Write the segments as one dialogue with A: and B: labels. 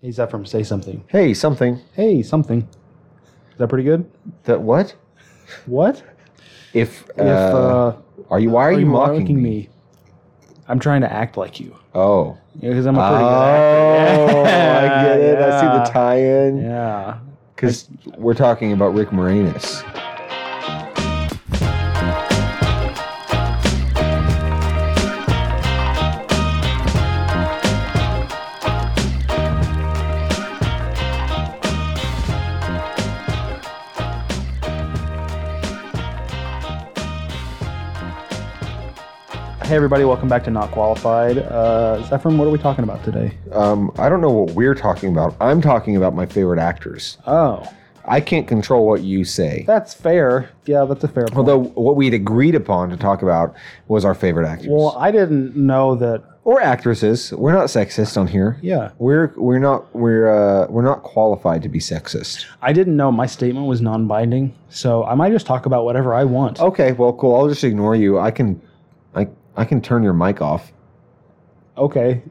A: Hey, Zephyr, say something.
B: Hey, something.
A: Hey, something. Is that pretty good?
B: That what?
A: What?
B: If, uh,
A: If, uh,
B: are you? Why are, you mocking, me?
A: I'm trying to act like you.
B: Oh.
A: Because I'm a pretty good
B: Uh,
A: actor.
B: Oh, I get it. I see
A: Yeah.
B: the tie-in.
A: Yeah.
B: Because we're talking about Rick Moranis.
A: Hey, everybody, welcome back to Not Qualified. Uh, Zephyr, what are we talking about today?
B: Um, I don't know what we're talking about. I'm talking about my favorite actors.
A: Oh,
B: I can't control what you say.
A: that's fair. Yeah, that's a fair point.
B: Although what we'd agreed upon to talk about was our favorite actors
A: well, I didn't know that.
B: or actresses. We're not sexist on here.
A: Yeah.
B: We're we're not we're uh, we're not qualified to be sexist.
A: I didn't know my statement was non binding, so I might just talk about whatever I want.
B: Okay, well, cool. I'll just ignore you. I can, I I can turn your mic off.
A: Okay.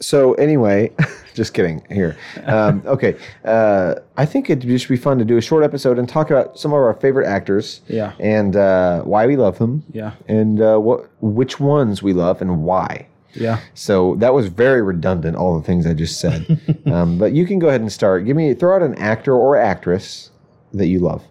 B: So anyway, just kidding. Here, um, okay. Uh, I think it'd just be fun to do a short episode and talk about some of our favorite actors
A: Yeah.
B: and uh, why we love them.
A: Yeah.
B: And uh, what which ones we love and why.
A: Yeah.
B: So that was very redundant. All the things I just said. um, but you can go ahead and start. Give me throw out an actor or actress that you love.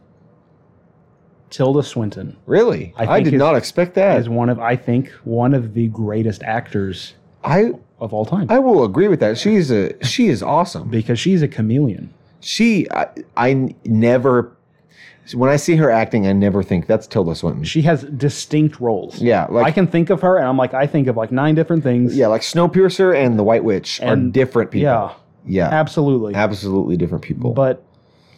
A: Tilda Swinton.
B: Really,
A: I
B: I,
A: think
B: did
A: is-
B: not expect that.
A: is one of I think one of the greatest actors
B: I
A: of all time
B: I will agree with that. She's a she is awesome.
A: because she's a chameleon.
B: She I, I n- never when I see her acting, I never think that's Tilda Swinton.
A: She has distinct roles.
B: yeah,
A: I
B: like
A: can think of her, and I'm like I think of like nine different things.
B: yeah, like Snowpiercer and the White Witch are
A: And-
B: different people.
A: yeah,
B: yeah,
A: absolutely.
B: absolutely different people.
A: But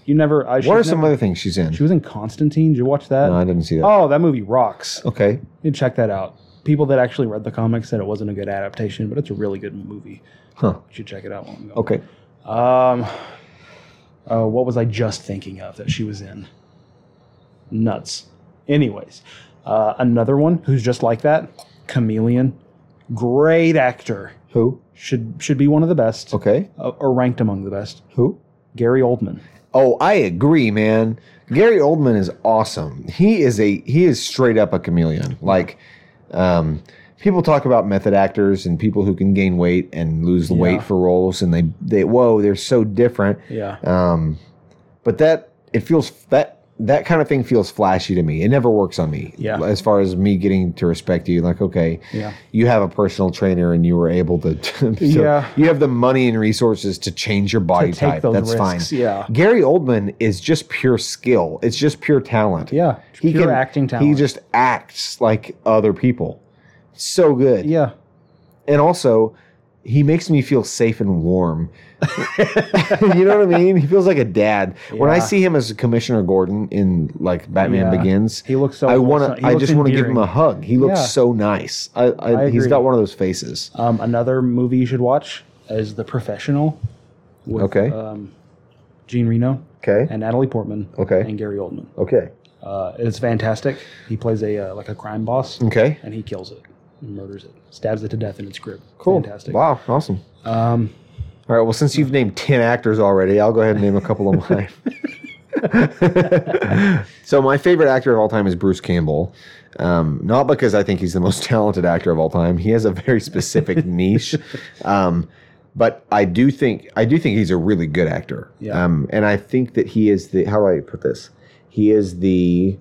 A: you never. I,
B: what are
A: she's
B: some
A: never-
B: other things she's in?
A: She was in Constantine. Did you watch that?
B: no, I didn't see that.
A: oh, that movie rocks.
B: Okay,
A: You check that out. People that actually read the comics said it wasn't a good adaptation, but it's a really good movie.
B: huh?
A: You should check it out. When we go.
B: Okay,
A: Um, uh, what was I just thinking of that she was in? Nuts. Anyways, uh, another one who's just like that, Chameleon, great actor,
B: who?
A: should should be one of the best,
B: Okay,
A: uh, or ranked among the best.
B: who?
A: Gary Oldman.
B: Oh, I agree, man. Gary Oldman is awesome. He is a he is straight up a chameleon. Like um, people talk about method actors and people who can gain weight and lose the
A: Yeah.
B: weight for roles, and they they whoa, they're so different.
A: Yeah,
B: Um, but that it feels that that kind of thing feels flashy to me. It never works on me.
A: Yeah.
B: As far as me getting to respect you, like okay,
A: yeah,
B: you have a personal trainer and you were able to. so
A: Yeah.
B: You have the money and resources to change your body
A: To take
B: type.
A: those
B: That's fine.
A: risks, yeah.
B: Gary Oldman is just pure skill. It's just pure talent.
A: yeah.
B: He
A: Pure
B: can-
A: acting talent.
B: He just acts like other people. So good.
A: yeah.
B: And also, he makes me feel safe and warm. you know what I mean? He feels like a dad. When I
A: Yeah.
B: see him as Commissioner Gordon in like Batman
A: Yeah.
B: Begins,
A: He looks so.
B: I
A: so-
B: want
A: he
B: to. I
A: looks
B: just want to give
A: endearing.
B: him a hug. He looks
A: Yeah.
B: so nice. I, I,
A: I
B: he's
A: agree.
B: got one of those faces.
A: Um, another movie you should watch is The Professional. With,
B: Okay.
A: Um, Gene Reno
B: Okay.
A: and Natalie Portman.
B: Okay.
A: And Gary Oldman.
B: Okay.
A: Uh, it's fantastic. He plays a uh, like a crime boss,
B: Okay.
A: and he kills it, and murders it, stabs it to death in its crib.
B: Cool.
A: Fantastic.
B: Wow. Awesome.
A: Um,
B: All right. Well, since you've named ten actors already, I'll go ahead and name a couple of mine. so my favorite actor of all time is Bruce Campbell. Um, not because I think he's the most talented actor of all time. He has a very specific niche. Um, but I do think I do think he's a really good actor.
A: Yeah.
B: Um, and I think that he is the how do I put this? He is the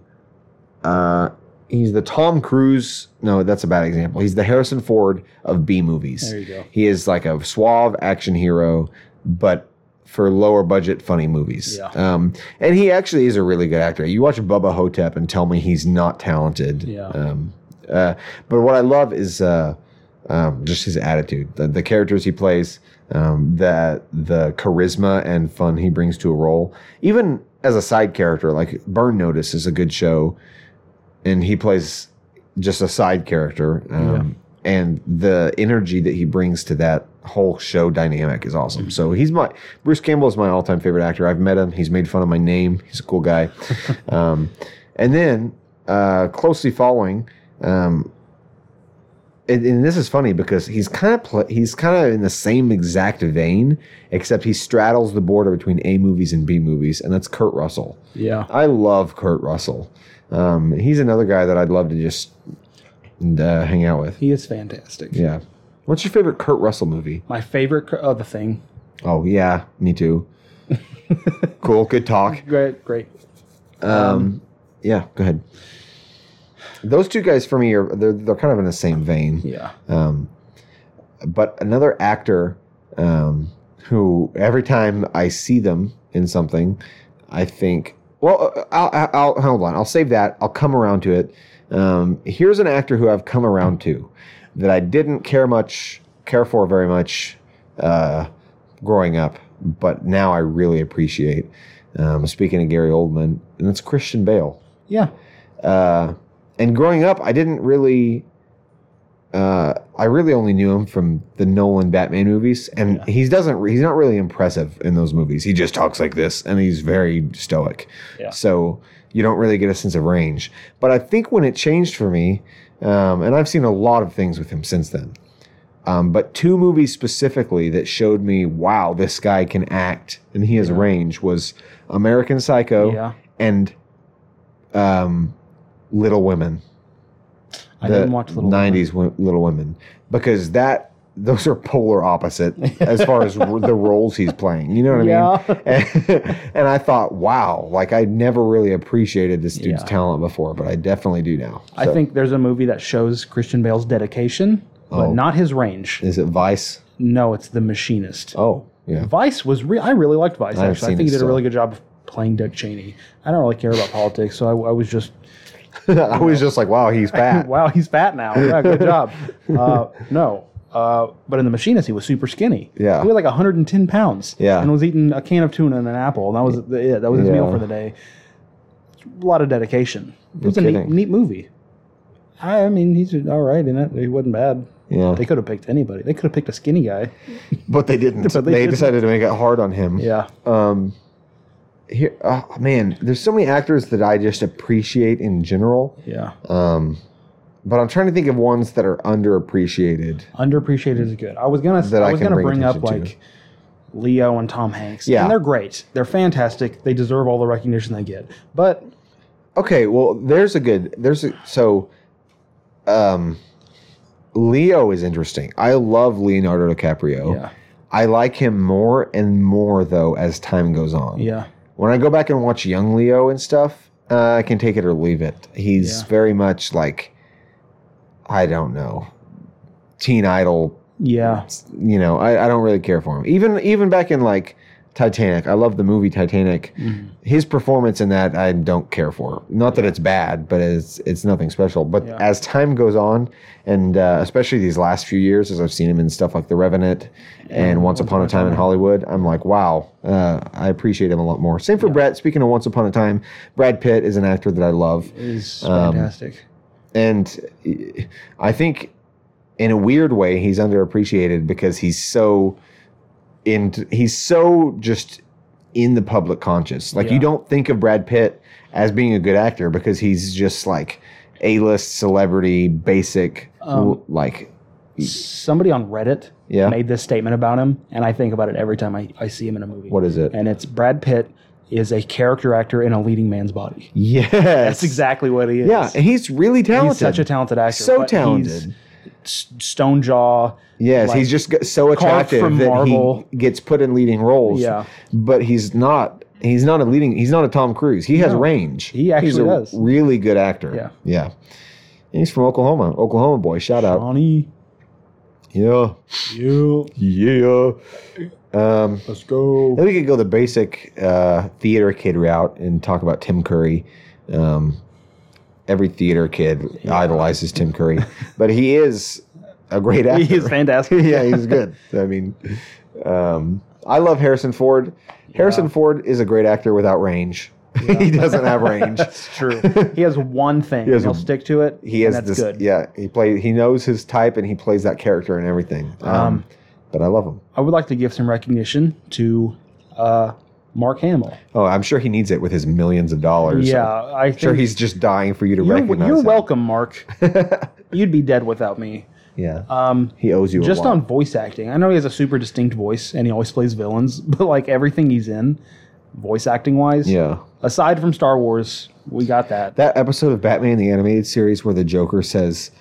B: uh, he's the Tom Cruise. No, that's a bad example. He's the Harrison Ford of B movies.
A: There you go.
B: He is like a suave action hero, but for lower budget funny movies.
A: Yeah.
B: Um, and he actually is a really good actor. You watch Bubba Hotep and tell me he's not talented.
A: Yeah.
B: Um, uh, but what I love is uh, um, just his attitude, the, the characters he plays, um, the the charisma and fun he brings to a role. Even as a side character, like Burn Notice is a good show, and he plays just a side character. Um, And the energy that he brings to that whole show dynamic is awesome. So he's my Bruce Campbell is my all time favorite actor. I've met him. He's made fun of my name. He's a cool guy. um, and then uh, closely following, um, and, and this is funny because he's kind of pl- he's kind of in the same exact vein, except he straddles the border between A movies and B movies, and that's Kurt Russell.
A: Yeah.
B: I love Kurt Russell. Um, he's another guy that I'd love to just uh, hang out with.
A: He is fantastic.
B: Yeah. What's your favorite Kurt Russell movie?
A: My favorite cur- oh, the thing.
B: Oh yeah, me too. cool, good talk.
A: Great, great.
B: Um, yeah, go ahead. Those two guys for me are they're they're kind of in the same vein.
A: Yeah.
B: Um, but another actor um, who every time I see them in something, I think, well, uh, I'll, I'll hold on. I'll save that. I'll come around to it. Um, here's an actor who I've come around to that I didn't care much, care for very much uh, growing up, but now I really appreciate. Um, speaking of Gary Oldman, and it's Christian Bale
A: Yeah.
B: uh, and growing up, I didn't really. Uh, I really only knew him from the Nolan Batman movies, and
A: Yeah.
B: he doesn't. re- He's not really impressive in those movies. He just talks like this, and he's very stoic.
A: Yeah.
B: So you don't really get a sense of range. But I think when it changed for me, um, and I've seen a lot of things with him since then. Um, but two movies specifically that showed me, wow, this guy can act and he has
A: Yeah.
B: range was American Psycho
A: Yeah.
B: and um, Little Women.
A: I
B: The
A: didn't watch Little Women.
B: '90s wo- Little Women because that those are polar opposite as far as r- the roles he's playing. You know what I
A: Yeah.
B: mean? And, and I thought, wow, like I never really appreciated this dude's
A: Yeah.
B: talent before, but I definitely do now.
A: I
B: So,
A: think there's a movie that shows Christian Bale's dedication, but
B: Oh.
A: not his range.
B: is it Vice?
A: No, it's The Machinist.
B: Oh, yeah.
A: Vice was re- I really liked Vice
B: I haven't
A: actually. I
B: seen
A: think he
B: it
A: did a
B: still.
A: really good job of playing Dick Cheney. I don't really care about politics, so I, I was just
B: I was just like, wow, he's fat.
A: wow, he's fat now. Yeah, good job. Uh, no. Uh, but in the machinist, he was super skinny.
B: Yeah.
A: he weighed like 110 pounds.
B: Yeah.
A: and was eating a can of tuna and an apple, and that was it. That was his meal
B: Yeah.
A: for the day. A lot of dedication. It was a neat,
B: kidding.
A: neat movie. I, I mean, he's all right in it. He wasn't bad.
B: Yeah,
A: They could have picked anybody. They could have picked a skinny guy.
B: but they didn't.
A: But
B: they
A: they didn't.
B: decided to make it hard on him.
A: Yeah,
B: um here oh man there's so many actors that i just appreciate in general
A: yeah.
B: um but i'm trying to think of ones that are underappreciated
A: Underappreciated is good. I was gonna.
B: That
A: I
B: I
A: was
B: can
A: gonna
B: bring
A: bring, up
B: attention to.
A: like Leo and Tom Hanks.
B: Yeah.
A: and they're great. They're fantastic. They deserve all the recognition they get. But
B: okay well there's a good there's a so um leo is interesting i love leonardo dicaprio
A: yeah,
B: i like him more and more though as time goes on
A: yeah.
B: when I go back and watch Young Leo and stuff, uh, I can take it or leave it. He's
A: Yeah.
B: very much like, I don't know, teen idol.
A: Yeah,
B: You know, I, I don't really care for him. Even even back in like Titanic, I love the movie Titanic.
A: Mm-hmm.
B: His performance in that I don't care for. Not that it's bad, but it's it's nothing special. But
A: Yeah.
B: as time goes on, and uh, especially these last few years, as I've seen him in stuff like The Revenant and Once Upon a Time in Hollywood, I'm like, wow, uh, I appreciate him a lot more. Same for Brett. Speaking of Once Upon a Time, Brad Pitt is an actor that I love,
A: is
B: Um,
A: fantastic.
B: and eh, I think in a weird way he's underappreciated because he's so in he's so just in the public conscious. Like
A: Yeah.
B: you don't think of Brad Pitt as being a good actor because he's just like A-list celebrity, basic,
A: Um,
B: like
A: Somebody on Reddit
B: Yeah.
A: made this statement about him, and I think about it every time I, I see him in a movie.
B: what is it?
A: And it's Brad Pitt is a character actor in a leading man's body.
B: Yes,
A: That's exactly what he is.
B: Yeah, and he's really talented.
A: he's such a talented actor.
B: so
A: but
B: talented.
A: He's s- stone jaw.
B: Yes,
A: like,
B: he's just got- so
A: carved
B: attractive
A: from
B: that
A: marble.
B: he gets put in leading roles.
A: Yeah.
B: but he's not. He's not a leading. He's not a Tom Cruise. He has
A: No.
B: range.
A: He actually
B: he's a
A: does.
B: Really good actor.
A: Yeah.
B: yeah. And he's from Oklahoma. Oklahoma boy. Shout out.
A: Ronnie,
B: Yeah,
A: you,
B: yeah. Um,
A: let's go.
B: then we could go the basic uh, theater kid route and talk about Tim Curry. Um, every theater kid idolizes Tim Curry, but he is a great actor.
A: He is fantastic.
B: yeah, he's good. I mean, um, I love Harrison Ford. Harrison
A: Yeah.
B: Ford is a great actor without range. he doesn't have range.
A: That's true. He has one thing.
B: He
A: He
B: has
A: will
B: a-
A: stick to it.
B: He
A: and
B: is
A: that's
B: this.
A: good.
B: Yeah, he plays. He knows his type, and he plays that character and everything. Um,
A: Um,
B: but I love him.
A: I would like to give some recognition to uh, Mark Hamill.
B: Oh, I'm sure he needs it with his millions of dollars.
A: Yeah,
B: I'm
A: I think
B: sure he's just dying for you to
A: You're,
B: recognize.
A: you're
B: him.
A: welcome, Mark. You'd be dead without me.
B: Yeah.
A: Um,
B: He owes you
A: just
B: a lot.
A: on voice acting. I know he has a super distinct voice and he always plays villains, but like everything he's in, voice acting wise,
B: Yeah.
A: aside from Star Wars, we got that.
B: That episode of Batman the Animated Series where the Joker says,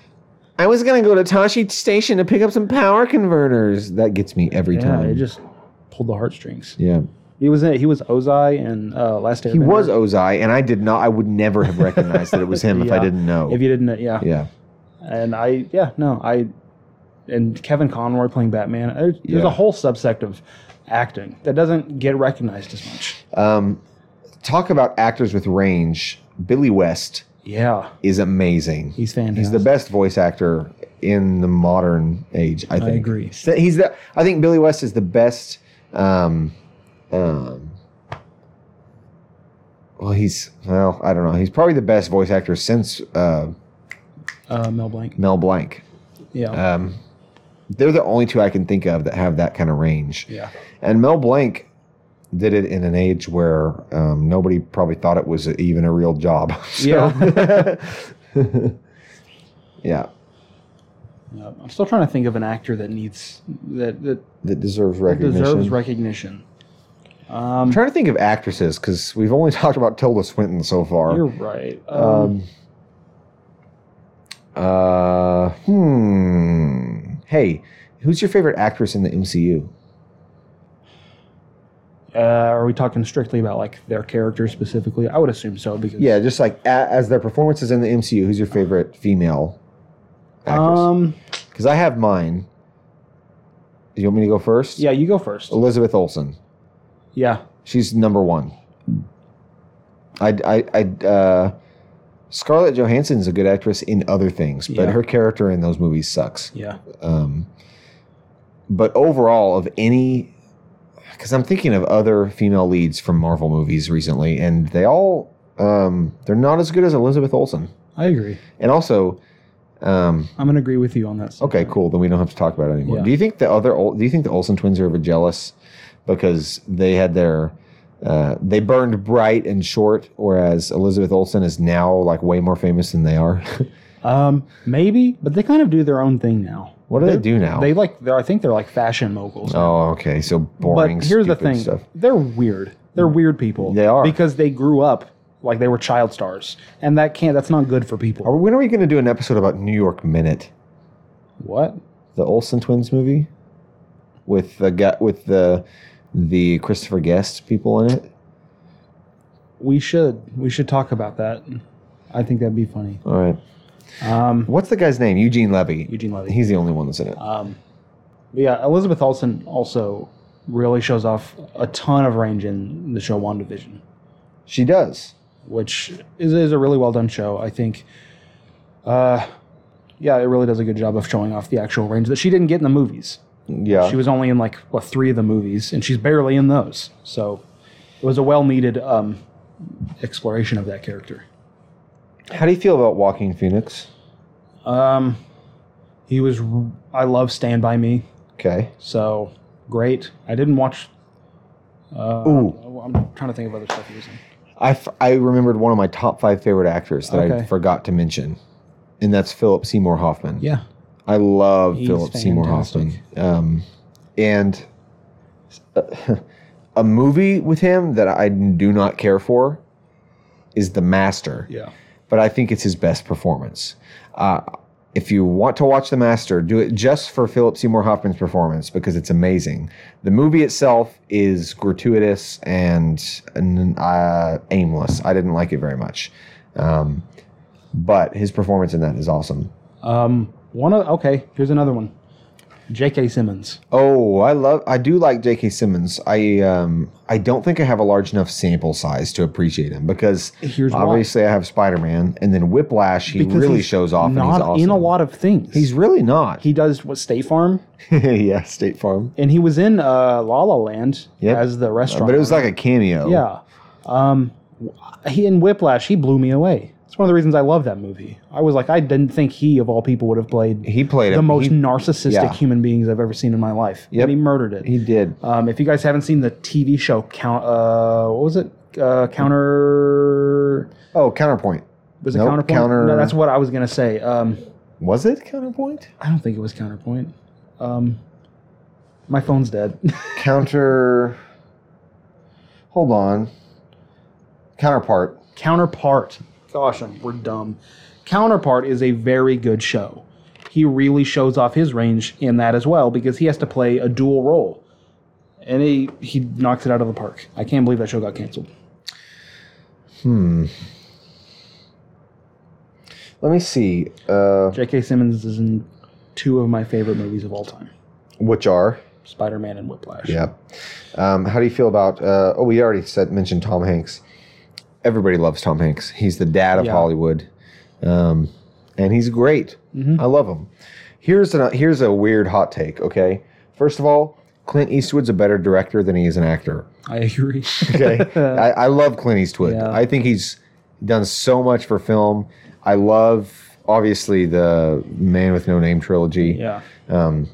B: I was going to go to Tashi Station to pick up some power converters. That gets me every
A: yeah,
B: time.
A: it just pulled the heartstrings.
B: yeah.
A: He was in it. He was Ozai and uh, Last Airbender.
B: He was Ozai, and I did not, I would never have recognized that it was him if I
A: Yeah.
B: didn't know.
A: If you didn't, know- yeah.
B: yeah.
A: And I, yeah, no, I, and Kevin Conroy playing Batman. There's, there's
B: Yeah.
A: a whole subsect of acting that doesn't get recognized as much.
B: Um, talk about actors with range. Billy West
A: Yeah,
B: is amazing.
A: he's fantastic.
B: He's the best voice actor in the modern age. I think.
A: agree.
B: So He's the. I think Billy West is the best. Um, um, well, he's well. I don't know. He's probably the best voice actor since uh,
A: uh, Mel Blanc.
B: Mel Blanc.
A: Yeah,
B: Um, they're the only two I can think of that have that kind of range.
A: yeah,
B: And Mel Blanc did it in an age where um, nobody probably thought it was even a real job. Yeah. yeah.
A: yeah. I'm still trying to think of an actor that needs that that
B: That deserves recognition.
A: deserves recognition.
B: I'm
A: Um,
B: trying to think of actresses because we've only talked about Tilda Swinton so
A: you're
B: far.
A: right. Um,
B: Um, uh, hmm. Hey, who's your favorite actress in the MCU?
A: uh, are we talking strictly about like their character specifically? I would assume so because
B: Yeah, just like a, as their performances in the MCU, who's your favorite female actress?
A: Um,
B: Because I have mine. You want me to go first?
A: yeah, you go first.
B: Elizabeth Olsen.
A: Yeah,
B: She's number one. I, I, I, uh, Scarlett Johansson's a good actress in other things, but
A: Yeah.
B: her character in those movies sucks.
A: yeah.
B: Um, but overall, of any, because I'm thinking of other female leads from Marvel movies recently, and they all, um, they're not as good as Elizabeth Olsen.
A: I agree.
B: And also, um,
A: I'm gonna agree with you on that.
B: okay, cool. Then we don't have to talk about it anymore.
A: Yeah.
B: Do you think the other, Ol- do you think the Olsen twins are ever jealous because they had their, uh, they burned bright and short, whereas Elizabeth Olsen is now like way more famous than they are.
A: Um, maybe, but they kind of do their own thing now.
B: what do they
A: They're-
B: do now?
A: They like, they're, I think they're like fashion moguls.
B: oh, okay. So boring.
A: but here's the
B: stupid
A: thing:
B: Stuff. Mm.
A: they're weird. They're weird people.
B: They are.
A: because they grew up like they were child stars, and that can't. That's not good for people.
B: Are, when are we going to do an episode about New York Minute,
A: what?
B: the Olsen twins movie, with the guy with the the Christopher Guest people in it?
A: We should. We should talk about that. I think that'd be funny.
B: All right.
A: Um,
B: What's the guy's name? Eugene Levy.
A: Eugene Levy.
B: He's the only one that's in it.
A: Um, but yeah, Elizabeth Olsen also really shows off a ton of range in the show WandaVision.
B: She does.
A: which is, is a really well done show. I think, uh, yeah, it really does a good job of showing off the actual range that she didn't get in the movies.
B: Yeah.
A: She was only in like what three of the movies, and she's barely in those. So it was a well needed um, exploration of that character.
B: How do you feel about Walking Phoenix?
A: Um, he was. r- I love Stand by Me.
B: Okay.
A: So great. I didn't watch. Uh,
B: Ooh.
A: I'm trying to think of other stuff he was in.
B: I, f- I remembered one of my top five favorite actors that I
A: Okay.
B: forgot to mention, and that's Philip Seymour Hoffman.
A: Yeah,
B: I love
A: He's
B: Philip Seymour Hoffman.
A: fantastic.
B: Um, and uh, a movie with him that I do not care for is The Master,
A: yeah,
B: but I think it's his best performance. Uh, if you want to watch The Master, do it just for Philip Seymour Hoffman's performance because it's amazing. The movie itself is gratuitous and, and, uh, aimless. I didn't like it very much. Um, but his performance in that is awesome.
A: Um, one of okay. Here's another one. J.K. Simmons.
B: Oh, I love I do like J.K. Simmons. I um I don't think I have a large enough sample size to appreciate him because
A: Here's why.
B: obviously I have Spider-Man and then Whiplash he
A: Because
B: really
A: he's
B: shows off and he's
A: not
B: awesome.
A: in a lot of things.
B: He's really not.
A: he does what State Farm,
B: yeah, State Farm.
A: and he was in uh, La La Land
B: Yep.
A: as the restaurant.
B: But it was like a cameo.
A: yeah. Um, he in Whiplash, he blew me away. It's one of the reasons I love that movie. I was like, I didn't think he of all people would have played
B: He played
A: the
B: him.
A: most
B: he,
A: narcissistic
B: yeah.
A: human beings I've ever seen in my life.
B: Yep.
A: And he murdered it.
B: he did.
A: um, if you guys haven't seen the TV show Count, uh, what was it? Uh, counter.
B: Oh, counterpoint.
A: Was it
B: Nope,
A: counterpoint?
B: counter-
A: No, that's what I was gonna say. Um,
B: Was it counterpoint?
A: I don't think it was Counterpoint. Um, my phone's dead.
B: Counter. Hold on. Counterpart.
A: Counterpart. Gosh, I'm- we're dumb. Counterpart is a very good show. He really shows off his range in that as well because he has to play a dual role. And he, he knocks it out of the park. I can't believe that show got canceled.
B: Hmm. Let me see. Uh,
A: J.K. Simmons is in two of my favorite movies of all time
B: which are?
A: Spider Man and Whiplash.
B: Yeah. Um, how do you feel about? Uh, oh, we already said mentioned Tom Hanks. Everybody loves Tom Hanks. He's the dad of
A: Yeah.
B: Hollywood, um, and he's great.
A: Mhm.
B: I love him. Here's an, here's a weird hot take. Okay, first of all, Clint Eastwood's a better director than he is an actor.
A: I agree.
B: Okay, I, I love Clint Eastwood.
A: Yeah.
B: I think he's done so much for film. I love obviously the Man with No Name trilogy.
A: yeah.
B: Um,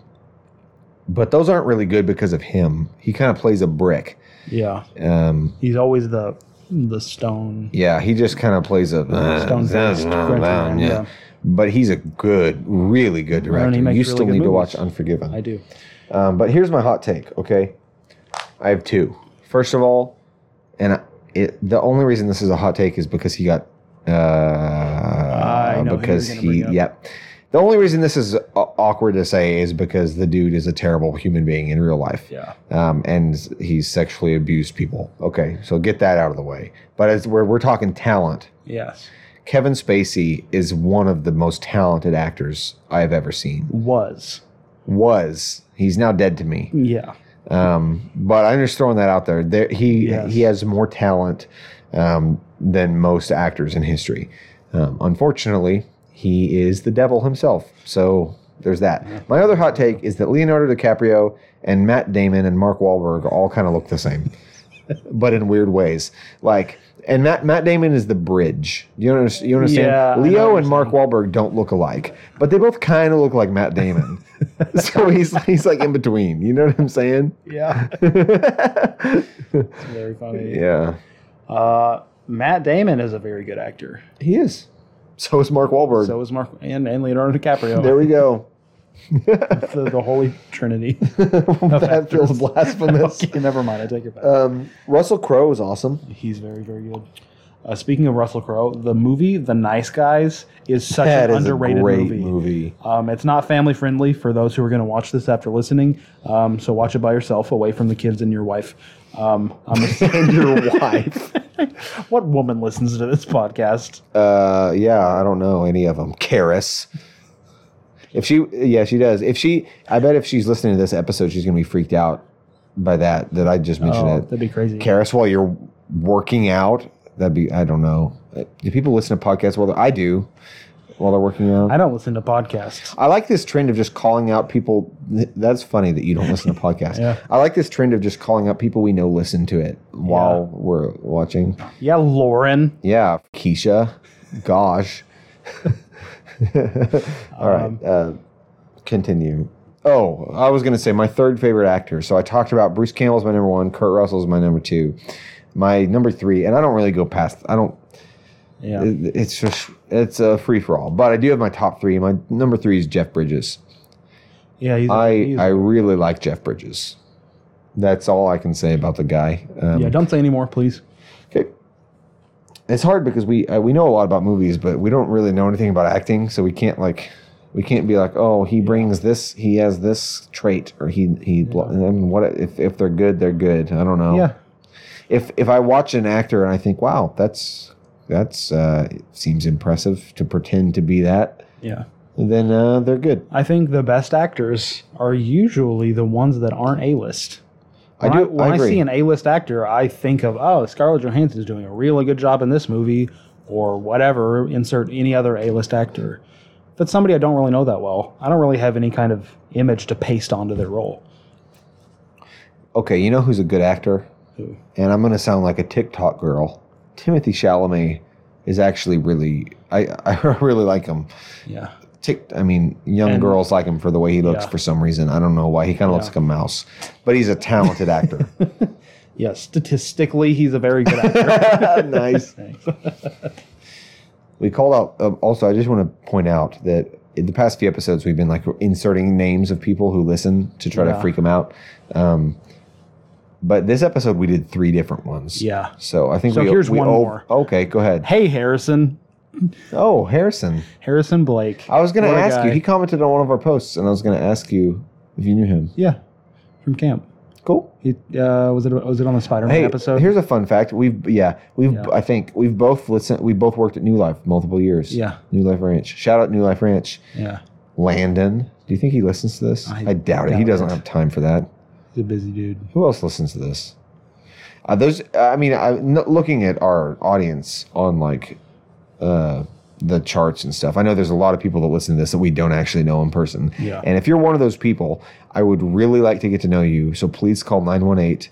B: but those aren't really good because of him. He kind of plays a brick.
A: Yeah.
B: Um,
A: He's always the the stone.
B: yeah, he just kind of plays a. uh,
A: Stone faced.
B: yeah.
A: yeah.
B: But he's a good, really good
A: he
B: director. You
A: makes
B: still
A: really good
B: need to
A: movies.
B: watch Unforgiven.
A: I do.
B: Um, but here's my hot take, okay? I have two. First of all, and it, the only reason this is a hot take is because he got.
A: know
B: Uh,
A: who you're
B: because
A: gonna
B: he,
A: bring up.
B: yep. The only reason this is uh, awkward to say is because the dude is a terrible human being in real life.
A: Yeah.
B: um, and he's sexually abused people. Okay, so get that out of the way. But as we're, we're talking talent,
A: Yes.
B: Kevin Spacey is one of the most talented actors I've ever seen.
A: Was.
B: Was he's now dead to me?
A: Yeah.
B: Um, but I'm just throwing that out there. There he
A: Yes.
B: he has more talent um, than most actors in history. Um, unfortunately, he is the devil himself. So there's that. My other hot take is that Leonardo DiCaprio and Matt Damon and Mark Wahlberg all kind of look the same, but in weird ways. Like. And Matt, Matt Damon is the bridge. You understand? You understand?
A: Yeah, I know what
B: Leo
A: you're
B: and Mark Wahlberg don't look alike, but they both kind of look like Matt Damon. so he's he's like in between. You know what I'm saying?
A: Yeah. Very funny.
B: yeah,
A: Uh, Matt Damon is a very good actor.
B: he is. So is Mark Wahlberg.
A: So is Mark and, and Leonardo DiCaprio.
B: there we go.
A: the, the Holy Trinity.
B: that feels blasphemous.
A: okay, never mind. I take it back.
B: Um, Russell Crowe is awesome.
A: He's very, very good. Uh, speaking of Russell Crowe, the movie The Nice Guys is such
B: That
A: an
B: is a
A: underrated
B: great
A: movie.
B: movie.
A: Um, it's not family friendly for those who are going to watch this after listening. Um, so watch it by yourself, away from the kids and your wife. Um, I'm
B: and your wife.
A: what woman listens to this podcast?
B: Uh, yeah, I don't know any of them. Karis. If she, yeah, she does. If she, I bet if she's listening to this episode, she's gonna be freaked out by that. That I just mentioned
A: Oh,
B: it.
A: that'd be crazy.
B: Karis while you're working out. That'd be I don't know. Uh, Do people listen to podcasts while they're, I do while they're working out?
A: I don't listen to podcasts.
B: I like this trend of just calling out people. th- That's funny that you don't listen to podcasts.
A: Yeah.
B: I like this trend of just calling out people we know listen to it while we're watching.
A: Yeah, Lauren.
B: Yeah, Keisha. Gosh. All right.
A: Um,
B: Uh, continue. Oh, I was going to say my third favorite actor. So I talked about Bruce Campbell's my number one, Kurt Russell's my number two, my number three, and I don't really go past. I don't.
A: Yeah.
B: it- It's just it's a free for all. But I do have my top three. My number three is Jeff Bridges.
A: Yeah, he's,
B: I
A: he's-
B: I really like Jeff Bridges. That's all I can say about the guy. Um,
A: yeah, don't say anymore, please.
B: Okay. It's hard because we uh, we know a lot about movies, but we don't really know anything about acting, so we can't like we can't be like, oh, he brings this, he has this trait, or he he. blo- I mean, what if if they're good, they're good. I don't know.
A: Yeah.
B: If if I watch an actor and I think, wow, that's that's uh, it seems impressive to pretend to be that,
A: Yeah.
B: then uh, they're good.
A: I think the best actors are usually the ones that aren't A list.
B: I
A: When
B: do.
A: when
B: I
A: I
B: agree.
A: see an A-list actor, I think of oh, Scarlett Johansson is doing a really good job in this movie, or whatever. Insert any other A-list actor. If it's somebody I don't really know that well, I don't really have any kind of image to paste onto their role.
B: okay, you know who's a good actor?
A: Who?
B: And I'm gonna sound like a TikTok girl. Timothy Chalamet is actually really I I really like him.
A: Yeah,
B: Tick, I mean, young
A: And-
B: girls like him for the way he looks
A: Yeah.
B: for some reason. I don't know why. He kind of looks
A: Yeah.
B: like a mouse, but he's a talented actor.
A: yeah. Statistically, he's a very good actor.
B: nice.
A: Thanks.
B: um, We called out. Uh, also, I just want to point out that in the past few episodes we've been like inserting names of people who listen to try to
A: Yeah.
B: freak them out. Um, but this episode we did three different ones.
A: Yeah.
B: So I think
A: So
B: we
A: here's
B: we
A: one
B: ov-
A: more.
B: Okay, go ahead.
A: Hey, Harrison.
B: Oh, Harrison.
A: Harrison Blake.
B: I was going to
A: What a
B: ask you.
A: guy.
B: He commented on one of our posts, and I was going to ask you if you knew him.
A: yeah, from camp.
B: Cool.
A: He, uh, was it was it on the Spider Man
B: Hey,
A: episode?
B: here's a fun fact. We've yeah, we've
A: Yeah.
B: I think we've both listened. We both worked at New Life multiple years.
A: yeah,
B: New Life Ranch. Shout out New Life Ranch.
A: yeah.
B: Landon. Do you think he listens to this? I,
A: I
B: doubt it. He
A: doubt
B: doesn't
A: it.
B: have time for that.
A: He's a busy dude.
B: Who else listens to this? Uh, those. I mean, I, no- looking at our audience on like uh, the charts and stuff. I know there's a lot of people that listen to this that we don't actually know in person.
A: Yeah.
B: And if you're one of those people, I would really like to get to know you. So please call 918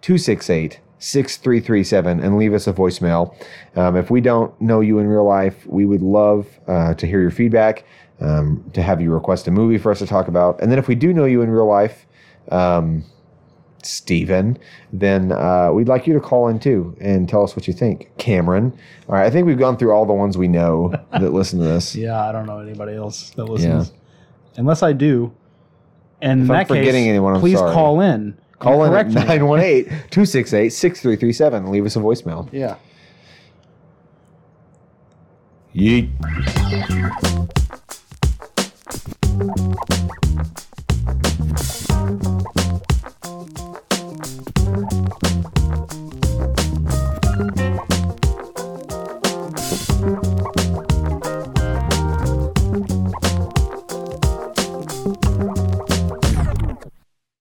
B: 268 6337 and leave us a voicemail. Um, if we don't know you in real life, we would love uh, to hear your feedback, um, to have you request a movie for us to talk about. And then if we do know you in real life, um, Steven, then uh, we'd like you to call in too and tell us what you think. Cameron. All right. I think we've gone through all the ones we know that listen to this.
A: Yeah, I don't know anybody else that listens, unless I do. And
B: If
A: in
B: I'm
A: that
B: forgetting
A: case,
B: anyone, I'm
A: please
B: sorry.
A: call in. and
B: Call in at
A: correct me.
B: 918 268 6337 and leave us a voicemail.
A: Yeah.
B: Yeet.